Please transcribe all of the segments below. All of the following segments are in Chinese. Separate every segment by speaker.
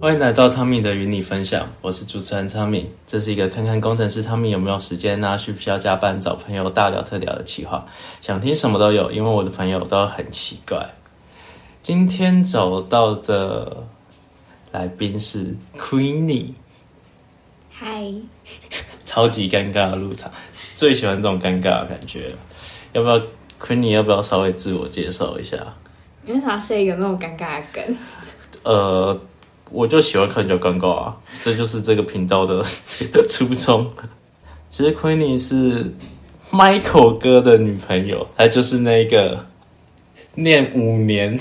Speaker 1: 欢迎来到汤米的与你分享，我是主持人汤米。这是一个看看工程师汤米有没有时间啊，需不需要加班，找朋友大聊特聊的企划。想听什么都有，因为我的朋友都很奇怪。今天找到的来宾是 Queenie，
Speaker 2: 嗨，
Speaker 1: 超级尴尬的入场，最喜欢这种尴尬的感觉了。要不要 Queenie？要不要稍微自我介绍一下？
Speaker 2: 你为啥要设一个那么尴尬的梗？
Speaker 1: 呃，我就喜欢看人家尴尬啊，这就是这个频道的 初衷。其实 Queenie 是 Michael 哥的女朋友，她就是那个念五年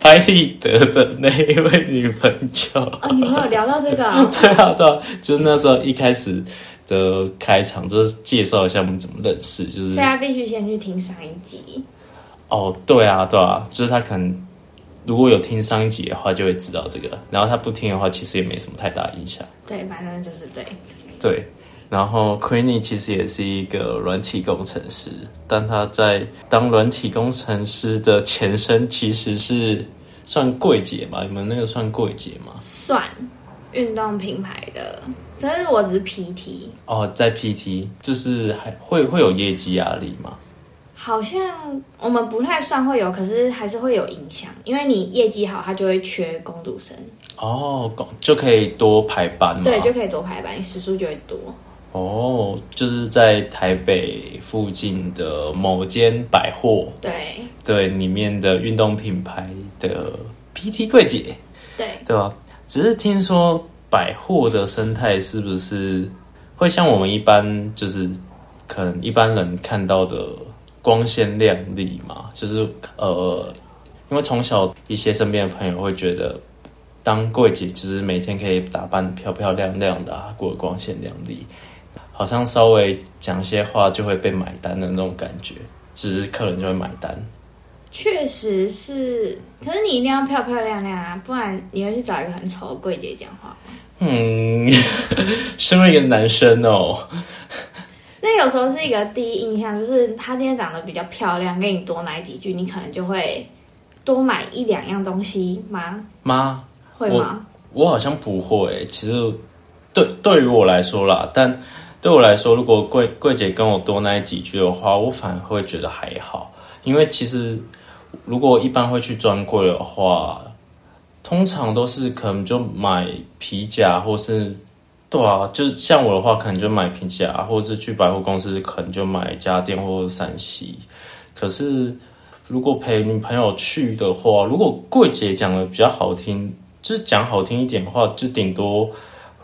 Speaker 1: 拍立得的那一位女朋友。
Speaker 2: 哦，你们有聊到这个 哦、
Speaker 1: 对啊，对啊，就是那时候一开始的开场，就是介绍一下我们怎么认识，就是
Speaker 2: 现在必须先去听上一集。
Speaker 1: 哦，对啊，对啊，就是他可能如果有听上一集的话，就会知道这个。然后他不听的话，其实也没什么太大影响。
Speaker 2: 对，反正就是对，
Speaker 1: 对，然后 Queenie 其实也是一个软体工程师，但他在当软体工程师的前身其实是算柜姐吧？你们那个算柜姐吗？
Speaker 2: 算运动品牌的，但是我只是 PT，
Speaker 1: 哦，在 PT 就是还会会有业绩压力吗？
Speaker 2: 好像我们不太算会有，可是还是会有影响，因为你业绩好，他就会缺工读生，
Speaker 1: 哦，就可以多排班嘛？
Speaker 2: 对，就可以多排班，你时数就会多。
Speaker 1: 哦，就是在台北附近的某间百货
Speaker 2: 对
Speaker 1: 对里面的运动品牌的 PT 柜姐。
Speaker 2: 对，
Speaker 1: 对吧？只是听说百货的生态是不是会像我们一般，就是可能一般人看到的光鲜亮丽嘛？就是呃，因为从小一些身边的朋友会觉得，当柜姐就是每天可以打扮漂漂亮亮的、啊，过得光鲜亮丽，好像稍微讲些话就会被买单的那种感觉，只是客人就会买单。
Speaker 2: 确实是，可是你一定要漂漂亮亮啊，不然你会去找一个很丑的柜姐讲话。
Speaker 1: 嗯，身为一个男生哦，
Speaker 2: 那有时候是一个第一印象，就是她今天长得比较漂亮，跟你多买几句，你可能就会多买一两样东西吗？
Speaker 1: 妈，
Speaker 2: 会吗？
Speaker 1: 我好像不会、其实对对于我来说啦，但对我来说，如果桂桂姐跟我多那几句的话，我反而会觉得还好，因为其实如果一般会去专柜的话，通常都是可能就买皮夹或是。对啊，就像我的话，可能就买皮夹，或者是去百货公司，可能就买家电或者三 C。可是如果陪女朋友去的话，如果柜姐讲的比较好听，就是讲好听一点的话，就顶多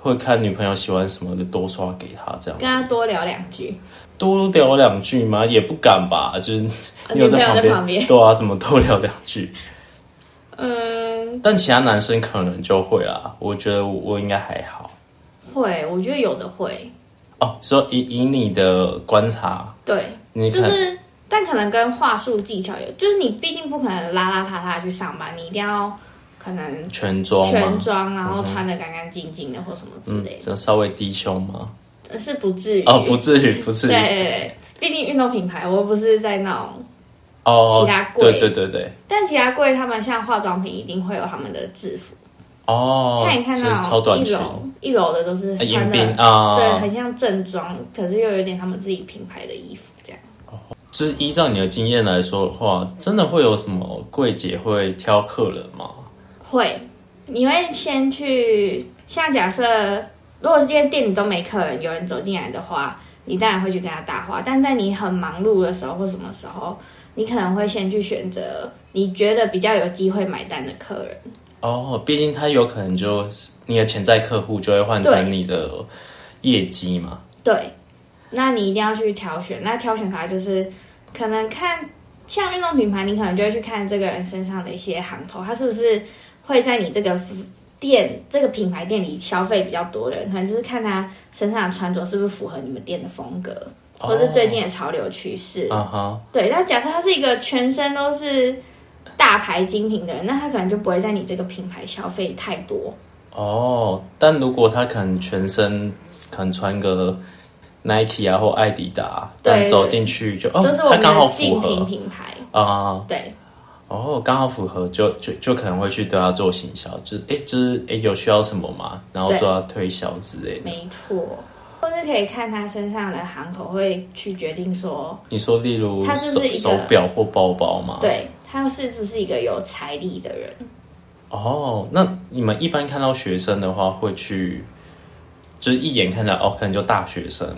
Speaker 1: 会看女朋友喜欢什么就多刷给她这样
Speaker 2: 跟，她多聊两句，
Speaker 1: 多聊两句嘛，也不敢吧，就是
Speaker 2: 呃
Speaker 1: 你
Speaker 2: 女
Speaker 1: 有
Speaker 2: 朋友
Speaker 1: 旁
Speaker 2: 在旁边。
Speaker 1: 对啊，怎么多聊两句？
Speaker 2: 嗯，
Speaker 1: 但其他男生可能就会啦，我觉得我我应该还好
Speaker 2: 会，我觉得有的会，
Speaker 1: 哦。说以以你的观察，
Speaker 2: 对，
Speaker 1: 你可
Speaker 2: 就
Speaker 1: 能、
Speaker 2: 是但可能跟话术技巧有，就是你毕竟不可能邋邋遢遢去上班，你一定要可能
Speaker 1: 全妆
Speaker 2: 全
Speaker 1: 吗？
Speaker 2: 妆，然后穿的干干净净的或什么之
Speaker 1: 嗯
Speaker 2: 类，的，
Speaker 1: 就稍微低胸吗？
Speaker 2: 呃是不至于
Speaker 1: 哦，不至于，不至
Speaker 2: 对
Speaker 1: 于。
Speaker 2: 对，对毕竟运动品牌，我又不是在那种。
Speaker 1: 哦
Speaker 2: 其他，柜
Speaker 1: 对对对对。
Speaker 2: 但其他柜他们像化妆品一定会有他们的制服，
Speaker 1: 哦，
Speaker 2: 像你看
Speaker 1: 就是超
Speaker 2: 到
Speaker 1: 短
Speaker 2: 一
Speaker 1: 裙，
Speaker 2: 楼一楼的都是
Speaker 1: 呃迎
Speaker 2: 穿
Speaker 1: 宾
Speaker 2: 的，
Speaker 1: 啊，
Speaker 2: 对，很像正装，可是又有点他们自己品牌的衣服这样。
Speaker 1: 就是依照你的经验来说的话，真的会有什么柜姐会挑客人吗？
Speaker 2: 会，你会先去，像假设如果是今天店里都没客人，有人走进来的话，你当然会去跟他搭话，但在你很忙碌的时候或什么时候，你可能会先去选择你觉得比较有机会买单的客人。
Speaker 1: 哦，毕竟他有可能就是你的潜在客户就会换成
Speaker 2: 对
Speaker 1: 你的业绩嘛。
Speaker 2: 对，那你一定要去挑选。那挑选它就是可能看像运动品牌，你可能就会去看这个人身上的一些行头，他是不是会在你这个店这个品牌店里消费比较多的人，可能就是看他身上的穿着是不是符合你们店的风格，
Speaker 1: 哦
Speaker 2: 或是最近的潮流趋势。
Speaker 1: 啊哈，
Speaker 2: 对，那假设他是一个全身都是。大牌精品的人，那他可能就不会在你这个品牌消费太多。
Speaker 1: 哦，但如果他可能全身可能穿个 Nike 啊或艾迪达，
Speaker 2: 对
Speaker 1: 但走进去就哦
Speaker 2: 这是，我
Speaker 1: 他
Speaker 2: 们
Speaker 1: 刚好
Speaker 2: 的
Speaker 1: 符
Speaker 2: 竞品
Speaker 1: 合
Speaker 2: 品牌，
Speaker 1: 啊。
Speaker 2: 对，
Speaker 1: 哦，刚好符合就就就可能会去对他做行销，就是哎，就是哎有需要什么吗？然后
Speaker 2: 对
Speaker 1: 做他推销之类的。
Speaker 2: 没错，或是可以看他身上的行头，会去决定说，
Speaker 1: 你说例如
Speaker 2: 他是
Speaker 1: 手
Speaker 2: 不是一个
Speaker 1: 手表或包包吗？。
Speaker 2: 对他是不是一个有财力的人。
Speaker 1: 哦，那你们一般看到学生的话，会去就是一眼看到哦，可能就大学生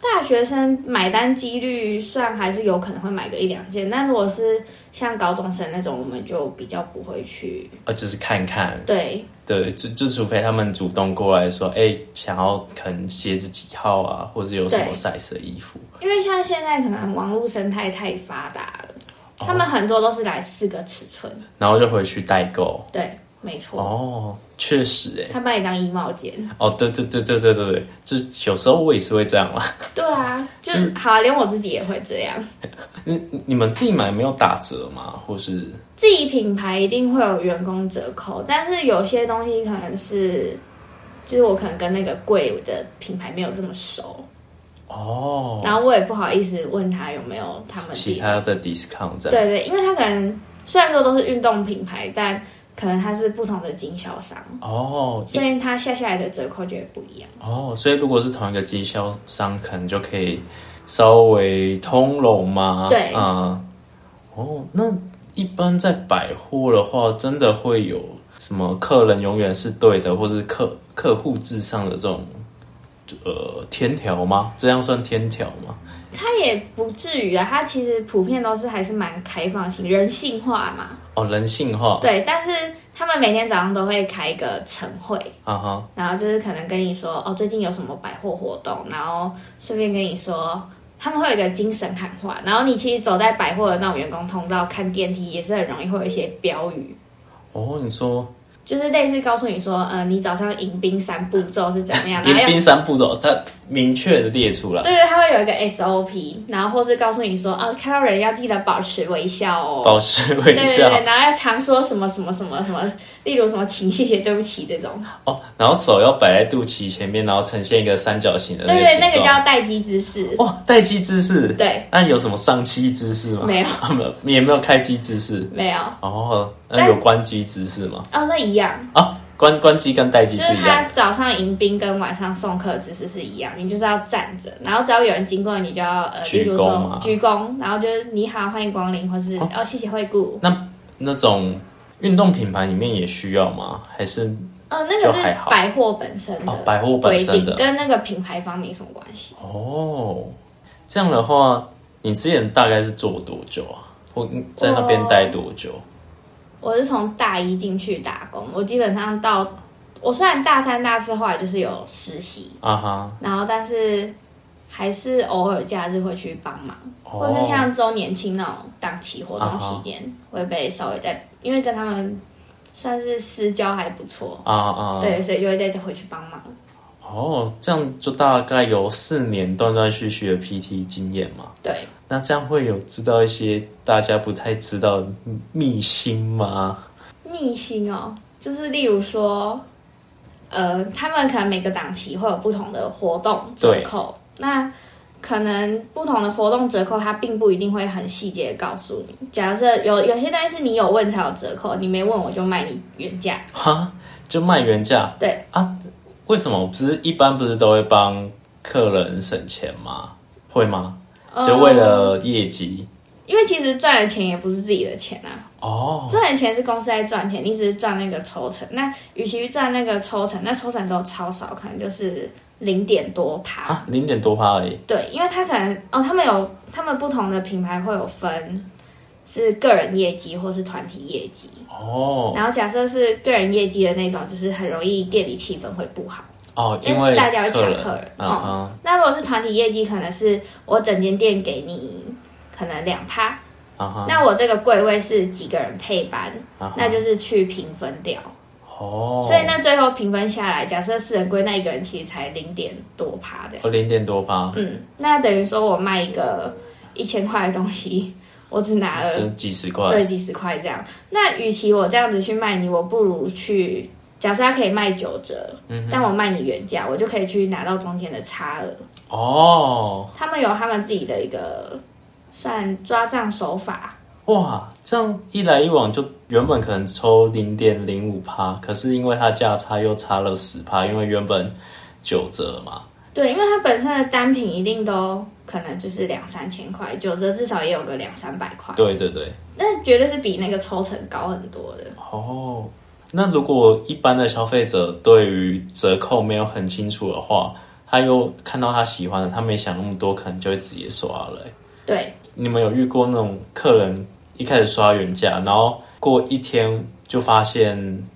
Speaker 2: 大学生买单几率算还是有可能会买个一两件，但如果是像高中生那种，我们就比较不会去。
Speaker 1: 呃，就是看看，
Speaker 2: 对
Speaker 1: 对，就就除非他们主动过来说，哎，想要可能鞋子几号啊，或者有什么
Speaker 2: 对
Speaker 1: size 的衣服，
Speaker 2: 因为像现在可能网络生态太发达了，他们很多都是来试个尺寸。
Speaker 1: 然后就回去代购。
Speaker 2: 对，没错，
Speaker 1: 哦，确实，哎，
Speaker 2: 他把你当衣帽间。
Speaker 1: 哦，对对对对对对对，就是有时候我也是会这样啦。
Speaker 2: 对啊，就是好、啊，连我自己也会这样。
Speaker 1: 你你们自己买没有打折吗？或是
Speaker 2: 自己品牌一定会有员工折扣，但是有些东西可能是，就是我可能跟那个贵的品牌没有这么熟，
Speaker 1: 哦，
Speaker 2: 然后我也不好意思问他有没有他们
Speaker 1: 其他的 discount 这样？
Speaker 2: 对对，因为他可能虽然说都是运动品牌，但可能他是不同的经销商，
Speaker 1: 哦，
Speaker 2: 所以他下下来的折扣就会不一样。
Speaker 1: 哦，所以如果是同一个经销商，可能就可以稍微通融嘛。
Speaker 2: 对
Speaker 1: 啊、哦，那一般在百货的话，真的会有什么客人永远是对的，或是客客户至上的这种呃天条吗？这样算天条吗？
Speaker 2: 他也不至于啊，他其实普遍都是还是蛮开放型、人性化嘛。
Speaker 1: 哦，人性化，
Speaker 2: 对，但是他们每天早上都会开一个晨会，
Speaker 1: 啊哈，
Speaker 2: 然后就是可能跟你说哦，最近有什么百货活动，然后顺便跟你说，他们会有一个精神喊话。然后你其实走在百货的那种员工通道，看电梯也是很容易会有一些标语，
Speaker 1: 哦，你说
Speaker 2: 就是类似告诉你说，呃，你早上迎宾三步骤是怎么样，
Speaker 1: 迎
Speaker 2: 然后要
Speaker 1: 宾三步骤，它明确的列出来。
Speaker 2: 对对，他会有一个 SOP，然后或是告诉你说，哦，看到人要记得保持微笑哦。
Speaker 1: 保持
Speaker 2: 对
Speaker 1: 微
Speaker 2: 对
Speaker 1: 笑
Speaker 2: 对，然后要常说什么什么什么什么，例如什么请、谢谢、对不起这种。
Speaker 1: 哦，然后手要摆在肚脐前面，然后呈现一个三角形的
Speaker 2: 对
Speaker 1: 个
Speaker 2: 对，
Speaker 1: 形
Speaker 2: 那个
Speaker 1: 状
Speaker 2: 叫待机姿势。
Speaker 1: 哇，哦待机姿势。
Speaker 2: 对，
Speaker 1: 那有什么上机姿势吗？
Speaker 2: 没有
Speaker 1: 有， 没有，你也没有开机姿势。
Speaker 2: 没有，
Speaker 1: 哦，那
Speaker 2: 但
Speaker 1: 有关机姿势吗？
Speaker 2: 哦，那一样。
Speaker 1: 啊，关关机跟待机
Speaker 2: 就是
Speaker 1: 是一
Speaker 2: 他
Speaker 1: 样的。
Speaker 2: 早上迎宾跟晚上送客姿势是一样，你就是要站着，然后只要有人经过，你就要呃，
Speaker 1: 鞠
Speaker 2: 例如
Speaker 1: 躬啊嘛
Speaker 2: 说鞠躬，然后就是你好，欢迎光临，或是哦谢谢惠顾。
Speaker 1: 那那种运动品牌里面也需要吗？还是
Speaker 2: 呃，那个
Speaker 1: 就是还好
Speaker 2: 百货本身的
Speaker 1: 哦百货本
Speaker 2: 嗯规
Speaker 1: 身
Speaker 2: 定，
Speaker 1: 的
Speaker 2: 跟那个品牌方没什么关系。
Speaker 1: 哦，这样的话，你之前大概是做多久啊？或在那边待多久？
Speaker 2: 我是从大一进去打工，我基本上到我虽然大三、大四后来就是有实习，
Speaker 1: 啊哈，
Speaker 2: 然后但是还是偶尔假日会去帮忙。或是
Speaker 1: 哦，
Speaker 2: 像周年庆那种档期活动期间，会被稍微再，因为跟他们算是私交还不错，
Speaker 1: 啊啊，
Speaker 2: 对，所以就会再回去帮忙。
Speaker 1: 哦，这样就大概有四年断断续续的 PT 经验嘛。
Speaker 2: 对，
Speaker 1: 那这样会有知道一些大家不太知道的秘辛吗？
Speaker 2: 逆心哦，就是例如说，呃，他们可能每个档期会有不同的活动折扣，那可能不同的活动折扣，它并不一定会很细节地告诉你。假设有有些东西是你有问才有折扣，你没问我就卖你原价。
Speaker 1: 哈，就卖原价？
Speaker 2: 对
Speaker 1: 啊，为什么？不是一般不是都会帮客人省钱吗？会吗？
Speaker 2: 呃
Speaker 1: 就为了业绩？
Speaker 2: 因为其实赚的钱也不是自己的钱啊，
Speaker 1: 哦，
Speaker 2: 赚的钱是公司在赚钱，你只是赚那个抽成。那与其赚那个抽成，那抽成都超少，可能就是零点多趴。
Speaker 1: 啊，零点多趴而已。
Speaker 2: 对，因为他可能哦，他们有他们不同的品牌会有分是个人业绩或是团体业绩。
Speaker 1: 哦
Speaker 2: 然后假设是个人业绩的那种，就是很容易店里气氛会不好，
Speaker 1: 哦，因为
Speaker 2: 大家会抢
Speaker 1: 人，
Speaker 2: 客人。哦
Speaker 1: 嗯哼，
Speaker 2: 那如果是团体业绩，可能是我整间店给你可能两趴，
Speaker 1: 嗯哼，
Speaker 2: 那我这个柜位是几个人配班，
Speaker 1: 嗯哼
Speaker 2: 那就是去平分掉。
Speaker 1: 哦，
Speaker 2: 所以那最后评分下来，假设四人归那一个人其实才零点多趴这样。
Speaker 1: 哦零点多趴，
Speaker 2: 嗯，那等于说我卖一个一千块的东西， 我只拿了
Speaker 1: 就几十块。
Speaker 2: 呃对几十块这样。那与其我这样子去卖你，我不如去假设它可以卖九折，
Speaker 1: 嗯
Speaker 2: 但我卖你原价，我就可以去拿到中间的差额。
Speaker 1: 哦，
Speaker 2: 他们有他们自己的一个算抓账手法，
Speaker 1: 哇，这样一来一往就原本可能抽零点零五趴，可是因为它价差又差了十趴，因为原本九折嘛。
Speaker 2: 对，因为它本身的单品一定都可能就是两三千块，九折至少也有个两三百块，
Speaker 1: 对对对，
Speaker 2: 那绝对是比那个抽成高很多的。
Speaker 1: 哦，那如果一般的消费者对于折扣没有很清楚的话，他又看到他喜欢的，他没想那么多，可能就会直接刷了欸、
Speaker 2: 对，
Speaker 1: 你们有遇过那种客人一开始刷原价，然后过一天就发现，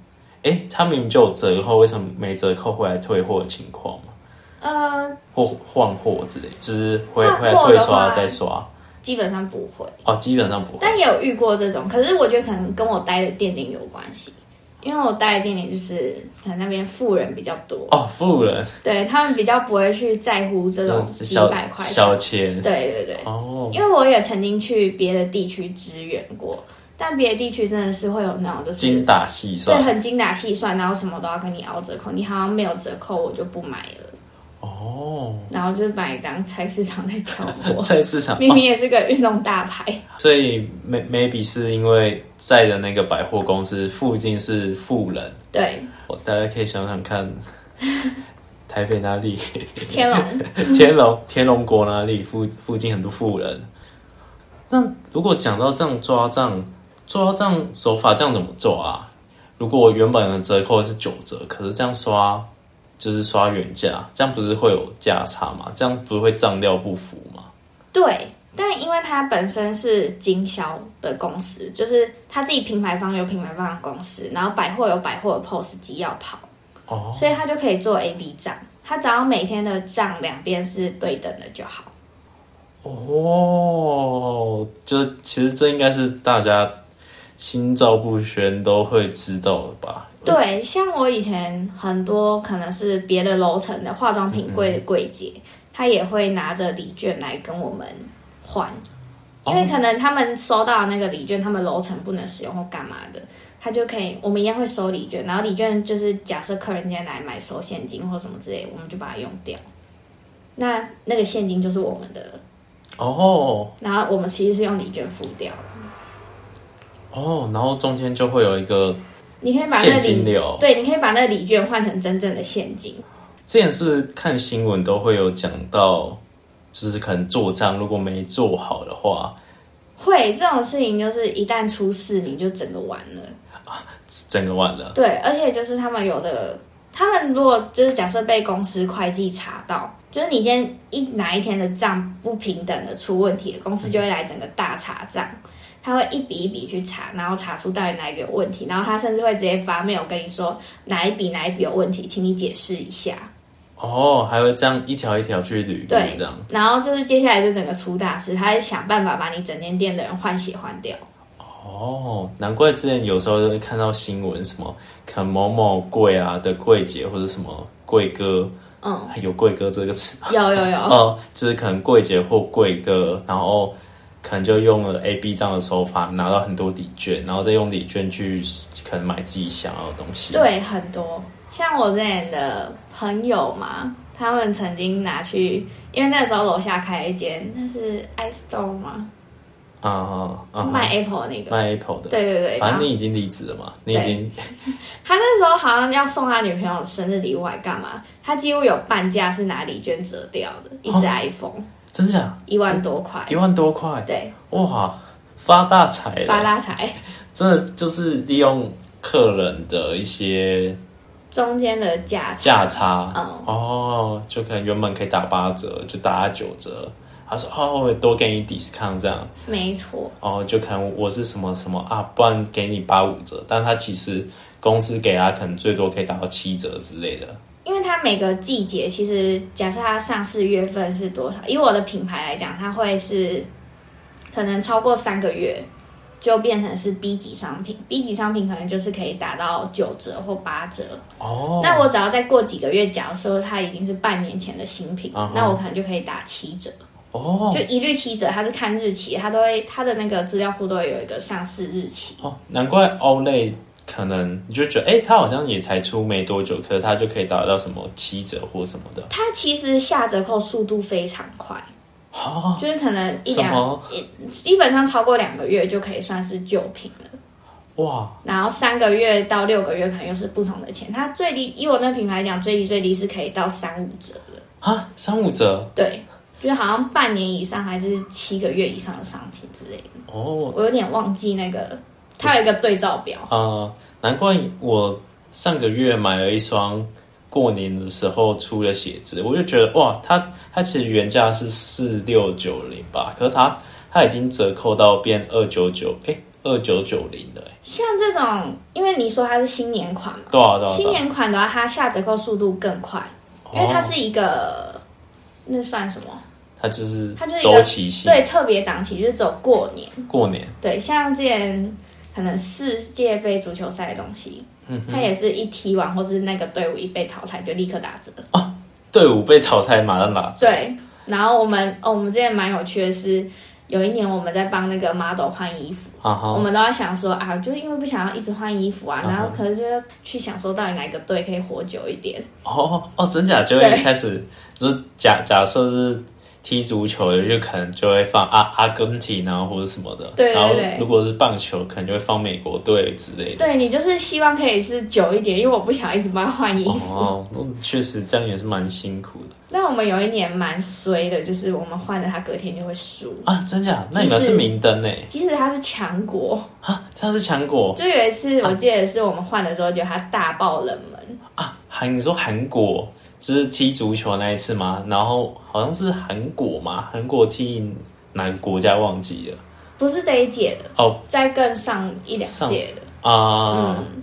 Speaker 1: 哎、他明明就有折扣，为什么没折扣会来退货的情况吗？
Speaker 2: 呃，
Speaker 1: 或换货之类，就是会
Speaker 2: 换货
Speaker 1: 会来
Speaker 2: 的话
Speaker 1: 退刷再刷
Speaker 2: 基本上不会，
Speaker 1: 哦，基本上不会
Speaker 2: 但也有遇过这种，可是我觉得可能跟我待的店点有关系，因为我待的店点就是可能那边富人比较多，
Speaker 1: 哦，富人
Speaker 2: 对他们比较不会去在乎这种
Speaker 1: 哦
Speaker 2: 几
Speaker 1: 小
Speaker 2: 百块钱
Speaker 1: 小钱
Speaker 2: 对对对，
Speaker 1: 哦，
Speaker 2: 因为我也曾经去别的地区支援过，但别的地区真的是会有那种就是
Speaker 1: 精打细
Speaker 2: 对
Speaker 1: 算
Speaker 2: 很精打细算，然后什么都要跟你熬折扣，你好像没有折扣我就不买了，
Speaker 1: 哦，，
Speaker 2: 然后就买当菜市场在挑 货
Speaker 1: 在市场哦
Speaker 2: 明明也是个运动大牌，
Speaker 1: 所以 may- maybe 是因为在的那个百货公司附近是富人，
Speaker 2: 对，
Speaker 1: 哦大家可以想想 看，台北哪里，
Speaker 2: 天龙，
Speaker 1: 天龙天龙国哪里附附近很多富人。那如果讲到这样抓账，抓账手法这样怎么做啊？如果我原本的折扣是九折，可是这样刷就是刷原价，这样不是会有价差吗？这样不是会账料不符吗？
Speaker 2: 对。但因为它本身是经销的公司，就是他自己品牌方有品牌方的公司，然后百货有百货的 POS 机要跑，
Speaker 1: 哦，
Speaker 2: 所以他就可以做 A B 账，他只要每天的账两边是对等的就好。
Speaker 1: 哦，就其实这应该是大家心照不宣都会知道的吧？
Speaker 2: 对，像我以前很多可能是别的楼层的化妆品
Speaker 1: 嗯
Speaker 2: 柜的柜姐，她也会拿着礼券来跟我们换，
Speaker 1: 哦
Speaker 2: 因为可能他们收到那个礼券，他们楼层不能使用或干嘛的，他就可以，我们一样会收礼券，然后礼券就是假设客人今天来买收现金或什么之类，我们就把它用掉，那那个现金就是我们的了，
Speaker 1: 哦
Speaker 2: 然后我们其实是用礼券付掉的。
Speaker 1: 哦，然后中间就会有一个
Speaker 2: 你可以把那
Speaker 1: 现
Speaker 2: 个
Speaker 1: 金
Speaker 2: 礼
Speaker 1: 流。
Speaker 2: 对，你可以把那个礼券换成真正的现金。
Speaker 1: 之前是不是看新闻都会有讲到，就是可能做账如果没做好的话，
Speaker 2: 会这种事情，就是一旦出事，你就整个完了。
Speaker 1: 整个完了。
Speaker 2: 对，而且就是他们有的，他们如果就是假设被公司会计查到，就是你今天一哪一天的账不平等的出问题了，公司就会来整个大查账。他会一笔一笔去查，然后查出到底哪一个有问题，然后他甚至会直接发 mail 跟你说哪一笔哪一笔有问题，请你解释一下。
Speaker 1: 哦，还会这样一条一条去捋，
Speaker 2: 对
Speaker 1: 这样。
Speaker 2: 然后就是接下来就整个出大事，他会想办法把你整间店的人换血换掉。
Speaker 1: 哦，难怪之前有时候就会看到新闻，什么可能某某柜啊的柜姐或者什么柜哥，哎
Speaker 2: 嗯，啊
Speaker 1: 有柜哥这个词
Speaker 2: 有有有，
Speaker 1: 哦，就是可能柜姐或柜哥，然后可能就用了 A B 这样的手法拿到很多礼券，然后再用礼券去可能买自己想要的东西。，
Speaker 2: 对，很多。像我之前的朋友嘛，他们曾经拿去，因为那时候楼下开一间，那是 iStore 嘛，
Speaker 1: 啊啊啊，
Speaker 2: 卖 Apple 那个。
Speaker 1: 卖 Apple 的，
Speaker 2: 对对对，
Speaker 1: 反正
Speaker 2: 然后
Speaker 1: 你已经离职了嘛，你已经
Speaker 2: 他那时候好像要送他女朋友生日礼物还干嘛？他几乎有半价是拿礼券折掉的，一
Speaker 1: 哦
Speaker 2: 只 iPhone
Speaker 1: 真假
Speaker 2: 一万多块，
Speaker 1: 一万多块，
Speaker 2: 对，
Speaker 1: 哇，发大财了！
Speaker 2: 发大财。
Speaker 1: 真的就是利用客人的一些
Speaker 2: 中间的价差
Speaker 1: 价差，
Speaker 2: 嗯
Speaker 1: 哦，就可能原本可以打八折，就打九折。他说：“哦，我多给你 discount 这样，
Speaker 2: 没错，
Speaker 1: 哦，就可能我是什么什么啊，不然给你八五折，但他其实公司给他可能最多可以打到七折之类的。
Speaker 2: 因为它每个季节其实，假设它上市月份是多少，以我的品牌来讲，它会是可能超过三个月就变成是 B 级商品，B 级商品可能就是可以打到九折或八折。
Speaker 1: 哦，
Speaker 2: 那我只要再过几个月，假如说它已经是半年前的新品
Speaker 1: 嗯哼
Speaker 2: 那我可能就可以打七折，
Speaker 1: 哦
Speaker 2: 就一律七折。它是看日期，它都会它的那个资料库都会有一个上市日期。
Speaker 1: 哦，难怪 Olay 可能你就觉得，哎、他好像也才出没多久，可是他就可以打到什么七折或什么的。
Speaker 2: 它其实下折扣速度非常快，
Speaker 1: 啊，
Speaker 2: 就是可能一
Speaker 1: 什
Speaker 2: 两，
Speaker 1: 么
Speaker 2: 基本上超过两个月就可以算是旧品了。
Speaker 1: 哇？
Speaker 2: 然后三个月到六个月可能又是不同的钱，它最低以我那品牌讲，最低最低是可以到三五折的，
Speaker 1: 啊，三五折
Speaker 2: 对，就是好像半年以上还是七个月以上的商品之类的，
Speaker 1: 哦
Speaker 2: 我有点忘记那个，它有一个对照表，
Speaker 1: 啊、难怪我上个月买了一双过年的时候出的鞋子，我就觉得哇，它它其实原价是四六九零吧，可是它它已经折扣到变二九九，哎，二九九零了，哎，
Speaker 2: 像这种，因为你说它是新年款嘛，
Speaker 1: 多少多少？
Speaker 2: 新年款的话，它下折扣速度更快，
Speaker 1: 啊
Speaker 2: 因为它是一个、那算什么？
Speaker 1: 它就是
Speaker 2: 它就是一个
Speaker 1: 周期性，
Speaker 2: 对，特别档期就是走过年。
Speaker 1: 过年，
Speaker 2: 对，像之前可能世界杯足球赛的东西，
Speaker 1: 嗯哼，
Speaker 2: 它也是一踢完或是那个队伍一被淘汰就立刻打折。
Speaker 1: 队伍被淘汰马上拿，
Speaker 2: 对，然后我们哦，我们之前蛮有趣的是，有一年我们在帮那个 model 换衣服，
Speaker 1: 哈
Speaker 2: 我
Speaker 1: 哈，
Speaker 2: 们都在想说啊，就是因为不想要一直换衣服啊，
Speaker 1: 嗯
Speaker 2: 然后可能就要去想说到底哪个队可以活久一点。
Speaker 1: 哦哦，真假就会
Speaker 2: 对
Speaker 1: 开始，就是假假设是踢足球的，就可能就会放阿阿根廷啊或者什么的，
Speaker 2: 对对
Speaker 1: 然后
Speaker 2: 对
Speaker 1: 如果是棒球，可能就会放美国队之 类的。
Speaker 2: 对你就是希望可以是久一点，因为我不想一直帮他换衣服。
Speaker 1: 哦，那确实这样也是蛮辛苦的
Speaker 2: 但我们有一年蛮衰的，就是我们换了他隔天就会输，
Speaker 1: 啊！真假？那你们
Speaker 2: 其实
Speaker 1: 是明灯呢？欸
Speaker 2: 即使他是强国。
Speaker 1: 啊，它是强国
Speaker 2: 就有一次，我记得是我们换的时候，就他大爆冷门，
Speaker 1: 啊！韩，你说韩国就是踢足球那一次吗？然后好像是韩国嘛，韩国踢赢哪个国家忘记了
Speaker 2: 不是这一届的，
Speaker 1: 哦
Speaker 2: 再更上一两届的，
Speaker 1: 啊、
Speaker 2: 嗯，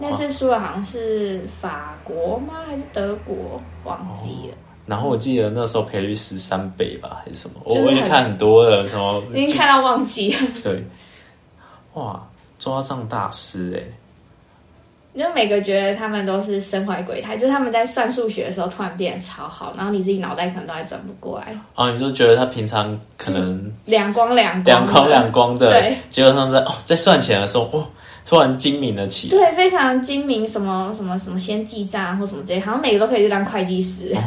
Speaker 2: 那次输的好像是法国吗？还是德国？忘记了。
Speaker 1: 然后我记得那时候赔率十三倍吧，还是什么？我
Speaker 2: 就是
Speaker 1: 我已经
Speaker 2: 很
Speaker 1: 看很多了，什 么
Speaker 2: 已经看到忘记了，
Speaker 1: 对，哇，抓上大师哎、
Speaker 2: 因为每个觉得他们都是身怀鬼胎，就是他们在算数学的时候突然变得超好，然后你自己脑袋可能都还转不过来，
Speaker 1: 啊，你就觉得他平常可能
Speaker 2: 两光两嗯光
Speaker 1: 两
Speaker 2: 的
Speaker 1: 光两光的
Speaker 2: 对，
Speaker 1: 结果他们在哦在算钱的时候，哇、突然精明了起来。
Speaker 2: 对，非常精明，什么什么什么先记账啊或什么这些，好像每个都可以去当会计师。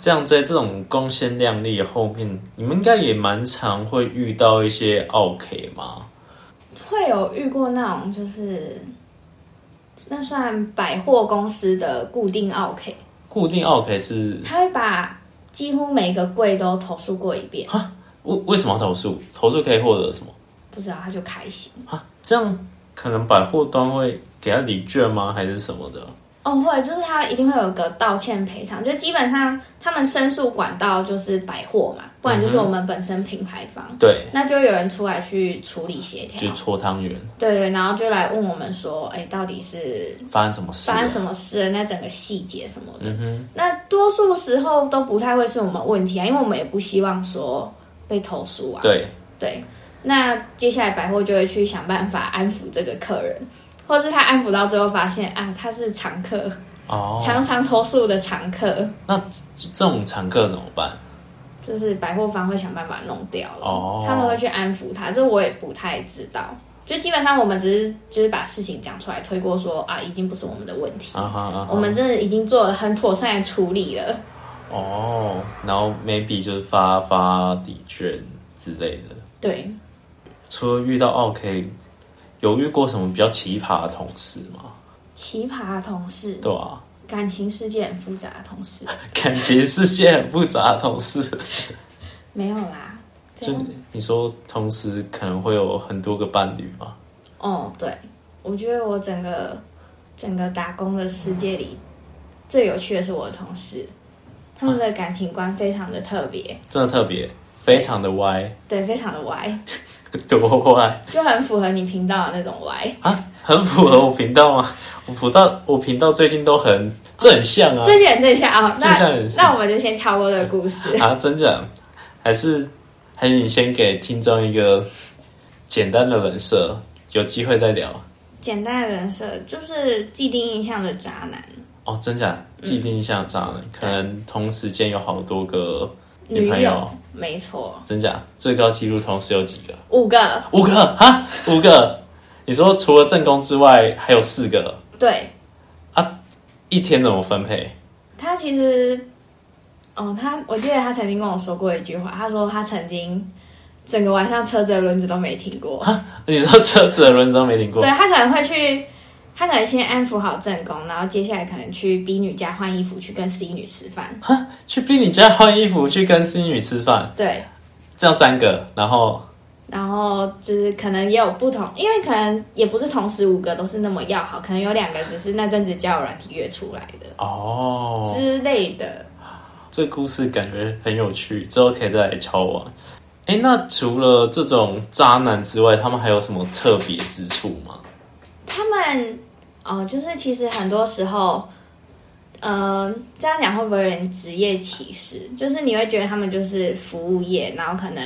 Speaker 1: 这样在这种光鲜亮丽的后面，你们应该也蛮常会遇到一些 OK 吗？
Speaker 2: 会有遇过那种就是，那算百货公司的固定 OK，
Speaker 1: 固定 OK 是
Speaker 2: 他会把几乎每个柜都投诉过一遍，
Speaker 1: 为为什么要投诉？投诉可以获得什么？
Speaker 2: 不知道他就开心
Speaker 1: 啊，这样可能百货端会给他礼券吗？还是什么的？
Speaker 2: 哦，会就是他一定会有个道歉赔偿，就基本上他们申诉管道就是百货嘛，不然就是我们本身品牌方，
Speaker 1: 对，
Speaker 2: 那就有人出来去处理协
Speaker 1: 嗯就
Speaker 2: 调
Speaker 1: 是，搓汤圆，
Speaker 2: 对对，然后就来问我们说，哎，到底是
Speaker 1: 发生什么事了？
Speaker 2: 发生什么事了，那整个细节什么的。
Speaker 1: 嗯哼，
Speaker 2: 那多数时候都不太会是我们问题啊，因为我们也不希望说被投诉啊。
Speaker 1: 对，
Speaker 2: 对，那接下来百货就会去想办法安抚这个客人，或是他安抚到最后发现啊，他是常客，
Speaker 1: 哦，
Speaker 2: 常常投诉的常客，
Speaker 1: 那这这种常客怎么办？
Speaker 2: 就是百货方会想办法弄掉了。
Speaker 1: 哦
Speaker 2: 他们会去安抚他，这我也不太知道。就基本上我们只是就是把事情讲出来，推过说啊，已经不是我们的问题，
Speaker 1: 啊哈啊哈，
Speaker 2: 我们真的已经做了很妥善的处理了。
Speaker 1: 哦，然后 maybe 就是发发礼券之类的。
Speaker 2: 对，
Speaker 1: 除了遇到 OK，有遇过什么比较奇葩的同事吗？
Speaker 2: 奇葩的同事。
Speaker 1: 对啊，
Speaker 2: 感情世界很复杂的同事，
Speaker 1: 感情世界很复杂的同 事，
Speaker 2: 没有啦。啊这
Speaker 1: 就
Speaker 2: 样
Speaker 1: 你说同时可能会有很多个伴侣吗？
Speaker 2: 哦，对，我觉得我整个整个打工的世界里，最有趣的是我的同事，他们的感情观非常的特别，
Speaker 1: 真的特别，非常的歪，
Speaker 2: 对，非常的歪，
Speaker 1: 多歪
Speaker 2: 就很符合你频道的那种歪。
Speaker 1: 啊！很符合我频道吗？我频道我频道最近都很，这很像啊
Speaker 2: 最简这一下啊，
Speaker 1: 这下也
Speaker 2: 那
Speaker 1: 是
Speaker 2: 那我们就先跳过这个故事。
Speaker 1: 啊！真假？还是还是你先给听众一个简单的人设，有机会再聊
Speaker 2: 简单的人设就是既定印象的渣男
Speaker 1: 哦。真假？既定印象渣男，可能同时间有好多个女
Speaker 2: 女
Speaker 1: 朋
Speaker 2: 友
Speaker 1: 友，，
Speaker 2: 没错，
Speaker 1: 真假？最高纪录同时有几个？
Speaker 2: 五个，
Speaker 1: 五个哈，五个。你说除了正宫之外，还有四个，
Speaker 2: 对，
Speaker 1: 一天怎么分配？
Speaker 2: 他其实哦，他我记得他曾经跟我说过一句话，他说他曾经整个晚上车子的轮子都没停过。
Speaker 1: 你说车子的轮子都没停过
Speaker 2: 对，他可能会去，他可能先安抚好正宫，然后接下来可能去 B 女家换衣服，去跟 C 女吃饭。
Speaker 1: 哈，去逼你家换衣服，去跟 C 女吃饭，
Speaker 2: 对，
Speaker 1: 这样三个，然后
Speaker 2: 然后就是可能也有不同，因为可能也不是同时五个都是那么要好，可能有两个只是那阵子交友软体约出来的、
Speaker 1: 哦，
Speaker 2: 之类的。
Speaker 1: 这故事感觉很有趣，之后可以再来敲完。哎，那除了这种渣男之外，他们还有什么特别之处吗？
Speaker 2: 他们哦，就是其实很多时候，呃，这样讲会不会有点职业歧视？就是你会觉得他们就是服务业，然后可能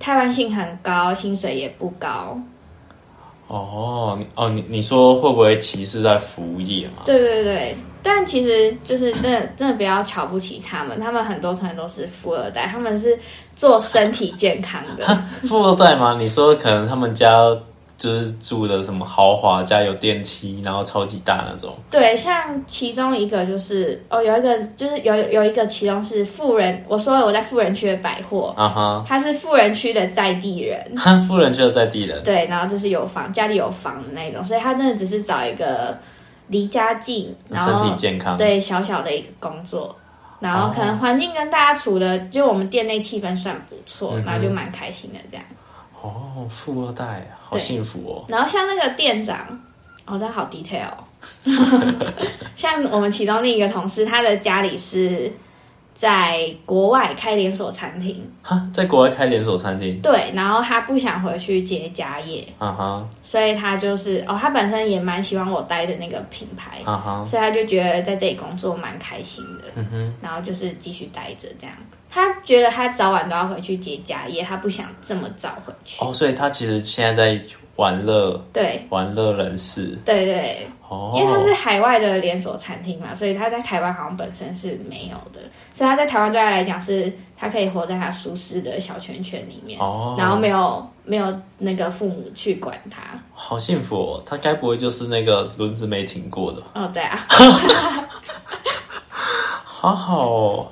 Speaker 2: 台湾性很高，薪水也不高。
Speaker 1: 哦，你哦，你你说会不会歧视在服务业嘛？
Speaker 2: 对对对，但其实就是真的真的不要瞧不起他们，他们很多可能都是富二代，他们是做身体健康的。
Speaker 1: 富二代吗？你说可能他们家就是住的什么豪华家，有电梯，然后超级大那种。
Speaker 2: 对，像其中一个就是哦，有一个就是有有一个，其中是富人，我说了我在富人区的百货，
Speaker 1: 啊哈，
Speaker 2: 他是富人区的在地人，
Speaker 1: 哈， 富人就是在地人。
Speaker 2: 对，然后就是有房，家里有房的那种，所以他真的只是找一个离家近，然
Speaker 1: 身
Speaker 2: 后
Speaker 1: 体健康，哦
Speaker 2: 对小小的一个工作，然后可能环境跟大家处的，就我们店内气氛算不
Speaker 1: 嗯
Speaker 2: 错，然后就蛮开心的这样。
Speaker 1: 哦，富二代好
Speaker 2: 对
Speaker 1: 幸福哦
Speaker 2: 然后像那个店长，哦，这好 detail 哦、 像我们其中另一个同事，他的家里是在国外开连锁餐厅
Speaker 1: 哦，，哈，在国外开连锁餐厅，
Speaker 2: 对，然后他不想回去接家业，
Speaker 1: 啊哈，
Speaker 2: 所以他就是哦，他本身也蛮喜欢我待的那个品牌，
Speaker 1: 啊哈，嗯
Speaker 2: 所以他就觉得在这里工作蛮开心的，然后就是继续待着这样。他觉得他早晚都要回去接家业，他不想这么早回去。
Speaker 1: 哦，所以他其实现在在玩乐，
Speaker 2: 对
Speaker 1: 玩乐人士，
Speaker 2: 对对，因为他
Speaker 1: 哦，
Speaker 2: 是海外的连锁餐厅嘛，所以他在台湾好像本身是没有的，所以他在台湾对他来讲是，他可以活在他舒适的小圈圈里面，
Speaker 1: 哦
Speaker 2: 然后没有没有那个父母去管他。
Speaker 1: 好幸福哦，他该不会就是那个轮子没停过的？
Speaker 2: 哦，对啊，
Speaker 1: 好好、哦，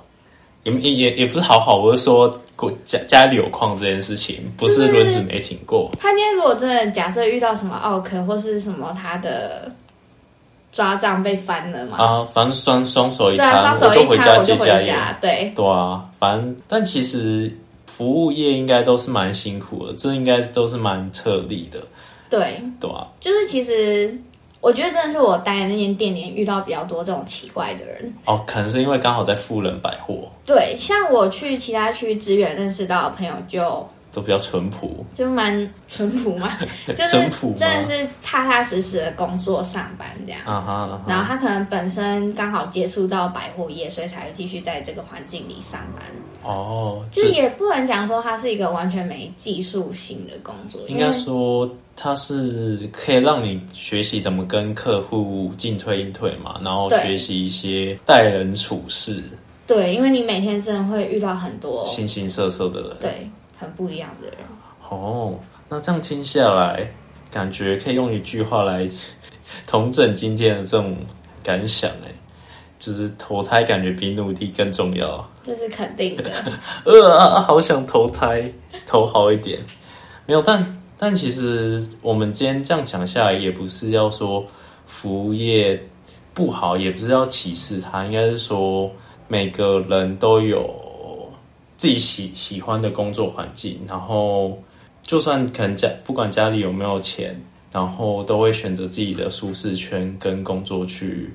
Speaker 1: 也也也也不是好好，我是说国家家里有矿这件事情，不是轮子没停过。
Speaker 2: 他今天如果真的假设遇到什么奥克或是什么他的抓账被翻了嘛，
Speaker 1: 啊，反正双双手一
Speaker 2: 嗯对啊，
Speaker 1: 摊，
Speaker 2: 双手
Speaker 1: 就
Speaker 2: 一
Speaker 1: 回
Speaker 2: 摊我
Speaker 1: 接
Speaker 2: 就回
Speaker 1: 家业。
Speaker 2: 家，对
Speaker 1: 对啊，反正但其实服务业应该都是蛮辛苦的，这应该都是蛮特例的，
Speaker 2: 对，
Speaker 1: 对啊，
Speaker 2: 就是其实我觉得真的是我待的那间店里遇到比较多这种奇怪的人。
Speaker 1: 哦，可能是因为刚好在富人百货，
Speaker 2: 对，像我去其他区支援认识到的朋友就
Speaker 1: 都比较淳朴，
Speaker 2: 就蛮淳朴 嘛，就是
Speaker 1: 淳朴吗
Speaker 2: 真的是踏踏实实的工作上班这样。
Speaker 1: 啊哈啊
Speaker 2: 然
Speaker 1: 哈，
Speaker 2: 后他可能本身刚好接触到百货业，所以才会继续在这个环境里上班。
Speaker 1: 哦，
Speaker 2: 就
Speaker 1: 这
Speaker 2: 也不能讲说它是一个完全没技术性的工作，
Speaker 1: 应
Speaker 2: 因
Speaker 1: 该
Speaker 2: 为
Speaker 1: 说它是可以让你学习怎么跟客户进退应退嘛，然后
Speaker 2: 对
Speaker 1: 学习一些待人处事、
Speaker 2: 对，因为你每天真的会遇到很多
Speaker 1: 形形色色的人。
Speaker 2: 对很不一样的人。
Speaker 1: 哦，那这样听下来，感觉可以用一句话来统整今天的这种感想，哎，就是投胎感觉比努力更重要。
Speaker 2: 这是肯定的，
Speaker 1: 呃、啊，好想投胎，投好一点。没有，但但其实我们今天这样讲下来，也不是要说服务业不好，也不是要歧视它，应该是说每个人都有自己喜喜欢的工作环境，然后就算可能家不管家里有没有钱，然后都会选择自己的舒适圈跟工作去，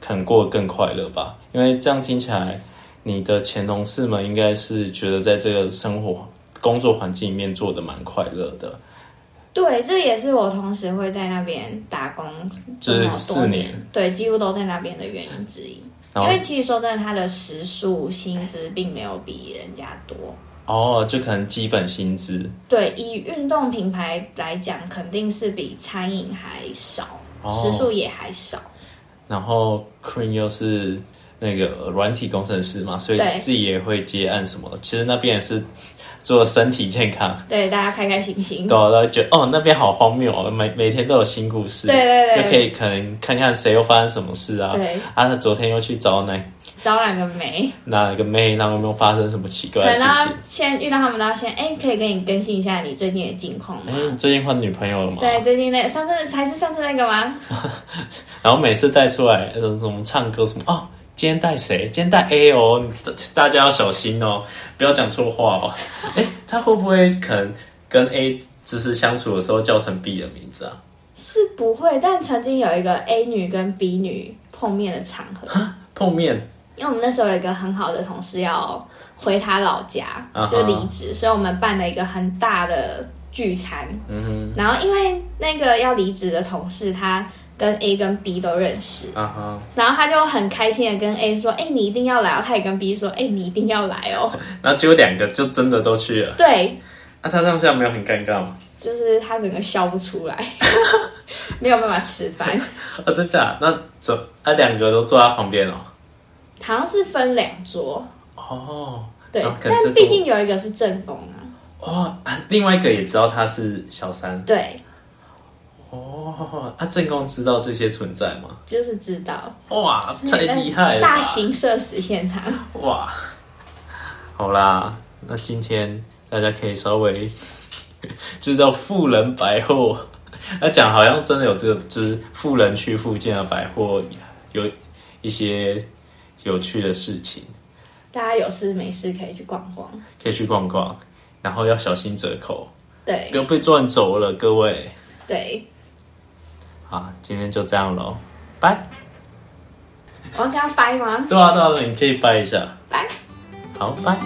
Speaker 1: 可能过得更快乐吧。因为这样听起来，你的前同事们应该是觉得在这个生活工作环境里面做的蛮快乐的，
Speaker 2: 对，这也是我同时会在那边打工
Speaker 1: 这
Speaker 2: 么多
Speaker 1: 四年，
Speaker 2: 对，几乎都在那边的原因之一。
Speaker 1: 然
Speaker 2: 因
Speaker 1: 后
Speaker 2: 为其实说真的，他的时数薪资并没有比人家多。
Speaker 1: 哦，就可能基本薪资
Speaker 2: 对，以运动品牌来讲，肯定是比餐饮还少，
Speaker 1: 哦
Speaker 2: 时数也还少。
Speaker 1: 然后 Queen 又是那个软体工程师嘛，所以
Speaker 2: 对
Speaker 1: 自己也会接案什么的。其实那边也是做身体健康，
Speaker 2: 对，大家开开心心。
Speaker 1: 对啊，然后觉得哦那边好荒谬哦，每每天都有新故事，
Speaker 2: 对对对
Speaker 1: 又可以可能看看谁又发生什么事啊。
Speaker 2: 对
Speaker 1: 啊，他昨天又去找哪
Speaker 2: 招哪个霉，
Speaker 1: 哪个妹，那有没有发生什么奇
Speaker 2: 可
Speaker 1: 怪的
Speaker 2: 能啊
Speaker 1: 事
Speaker 2: 要
Speaker 1: 情？
Speaker 2: 先遇到他们，然后先哎，可以跟你更新一下你最近的近况
Speaker 1: 哎、
Speaker 2: 吗？
Speaker 1: 你最近换女朋友了吗？
Speaker 2: 对，最近那上次还是上次那个吗？
Speaker 1: 然后每次带出来，呃，什么唱歌什么哦，今天带谁？今天带 A 哦，大大家要小心哦，不要讲错话哦。哎，他会不会可能跟 A 只是相处的时候叫成 B 的名字啊？
Speaker 2: 是不会，但曾经有一个 A 女跟 B 女碰面的场合，
Speaker 1: 碰面
Speaker 2: 因为我们那时候有一个很好的同事要回他老家
Speaker 1: 啊哈
Speaker 2: 就离职，所以我们办了一个很大的聚餐。嗯哼，然后因为那个要离职的同事，他跟 A 跟 B 都认识，
Speaker 1: 啊哈，
Speaker 2: 然后他就很开心的跟 A 说：“哎、你一定要来哦。”他也跟 B 说：“哎、你一定要来哦。
Speaker 1: 然后结果两个就真的都去了。”
Speaker 2: 对，
Speaker 1: 那、他这样下没有很尴尬吗？
Speaker 2: 就是他整个笑不出来， 没有办法吃 饭，
Speaker 1: 啊、真假？那怎？那、两个都坐他旁边哦。
Speaker 2: 好像是分两桌，
Speaker 1: 哦，
Speaker 2: 对，
Speaker 1: 啊可
Speaker 2: 但
Speaker 1: 能这桌
Speaker 2: 毕竟有一个是正宫啊，
Speaker 1: 哦，啊另外一个也知道他是小三
Speaker 2: 对，
Speaker 1: 哦。啊，正宫知道这些存在吗？
Speaker 2: 就是知道，
Speaker 1: 哇，太厉害了吧！
Speaker 2: 大型社死现场，
Speaker 1: 哇，好啦，那今天大家可以稍微 就叫富人百货，那讲好像真的有这只富人区附近的百货有一些有趣的事情，
Speaker 2: 大家有事没事可以去逛逛，
Speaker 1: 可以去逛逛，然后要小心折扣，
Speaker 2: 对
Speaker 1: 不要被赚走了，各位。
Speaker 2: 对，
Speaker 1: 好，今天就这样喽，拜。
Speaker 2: 我要跟他掰吗？
Speaker 1: 对啊，对啊，对啊你可以拜一下，
Speaker 2: 掰。
Speaker 1: 好，拜。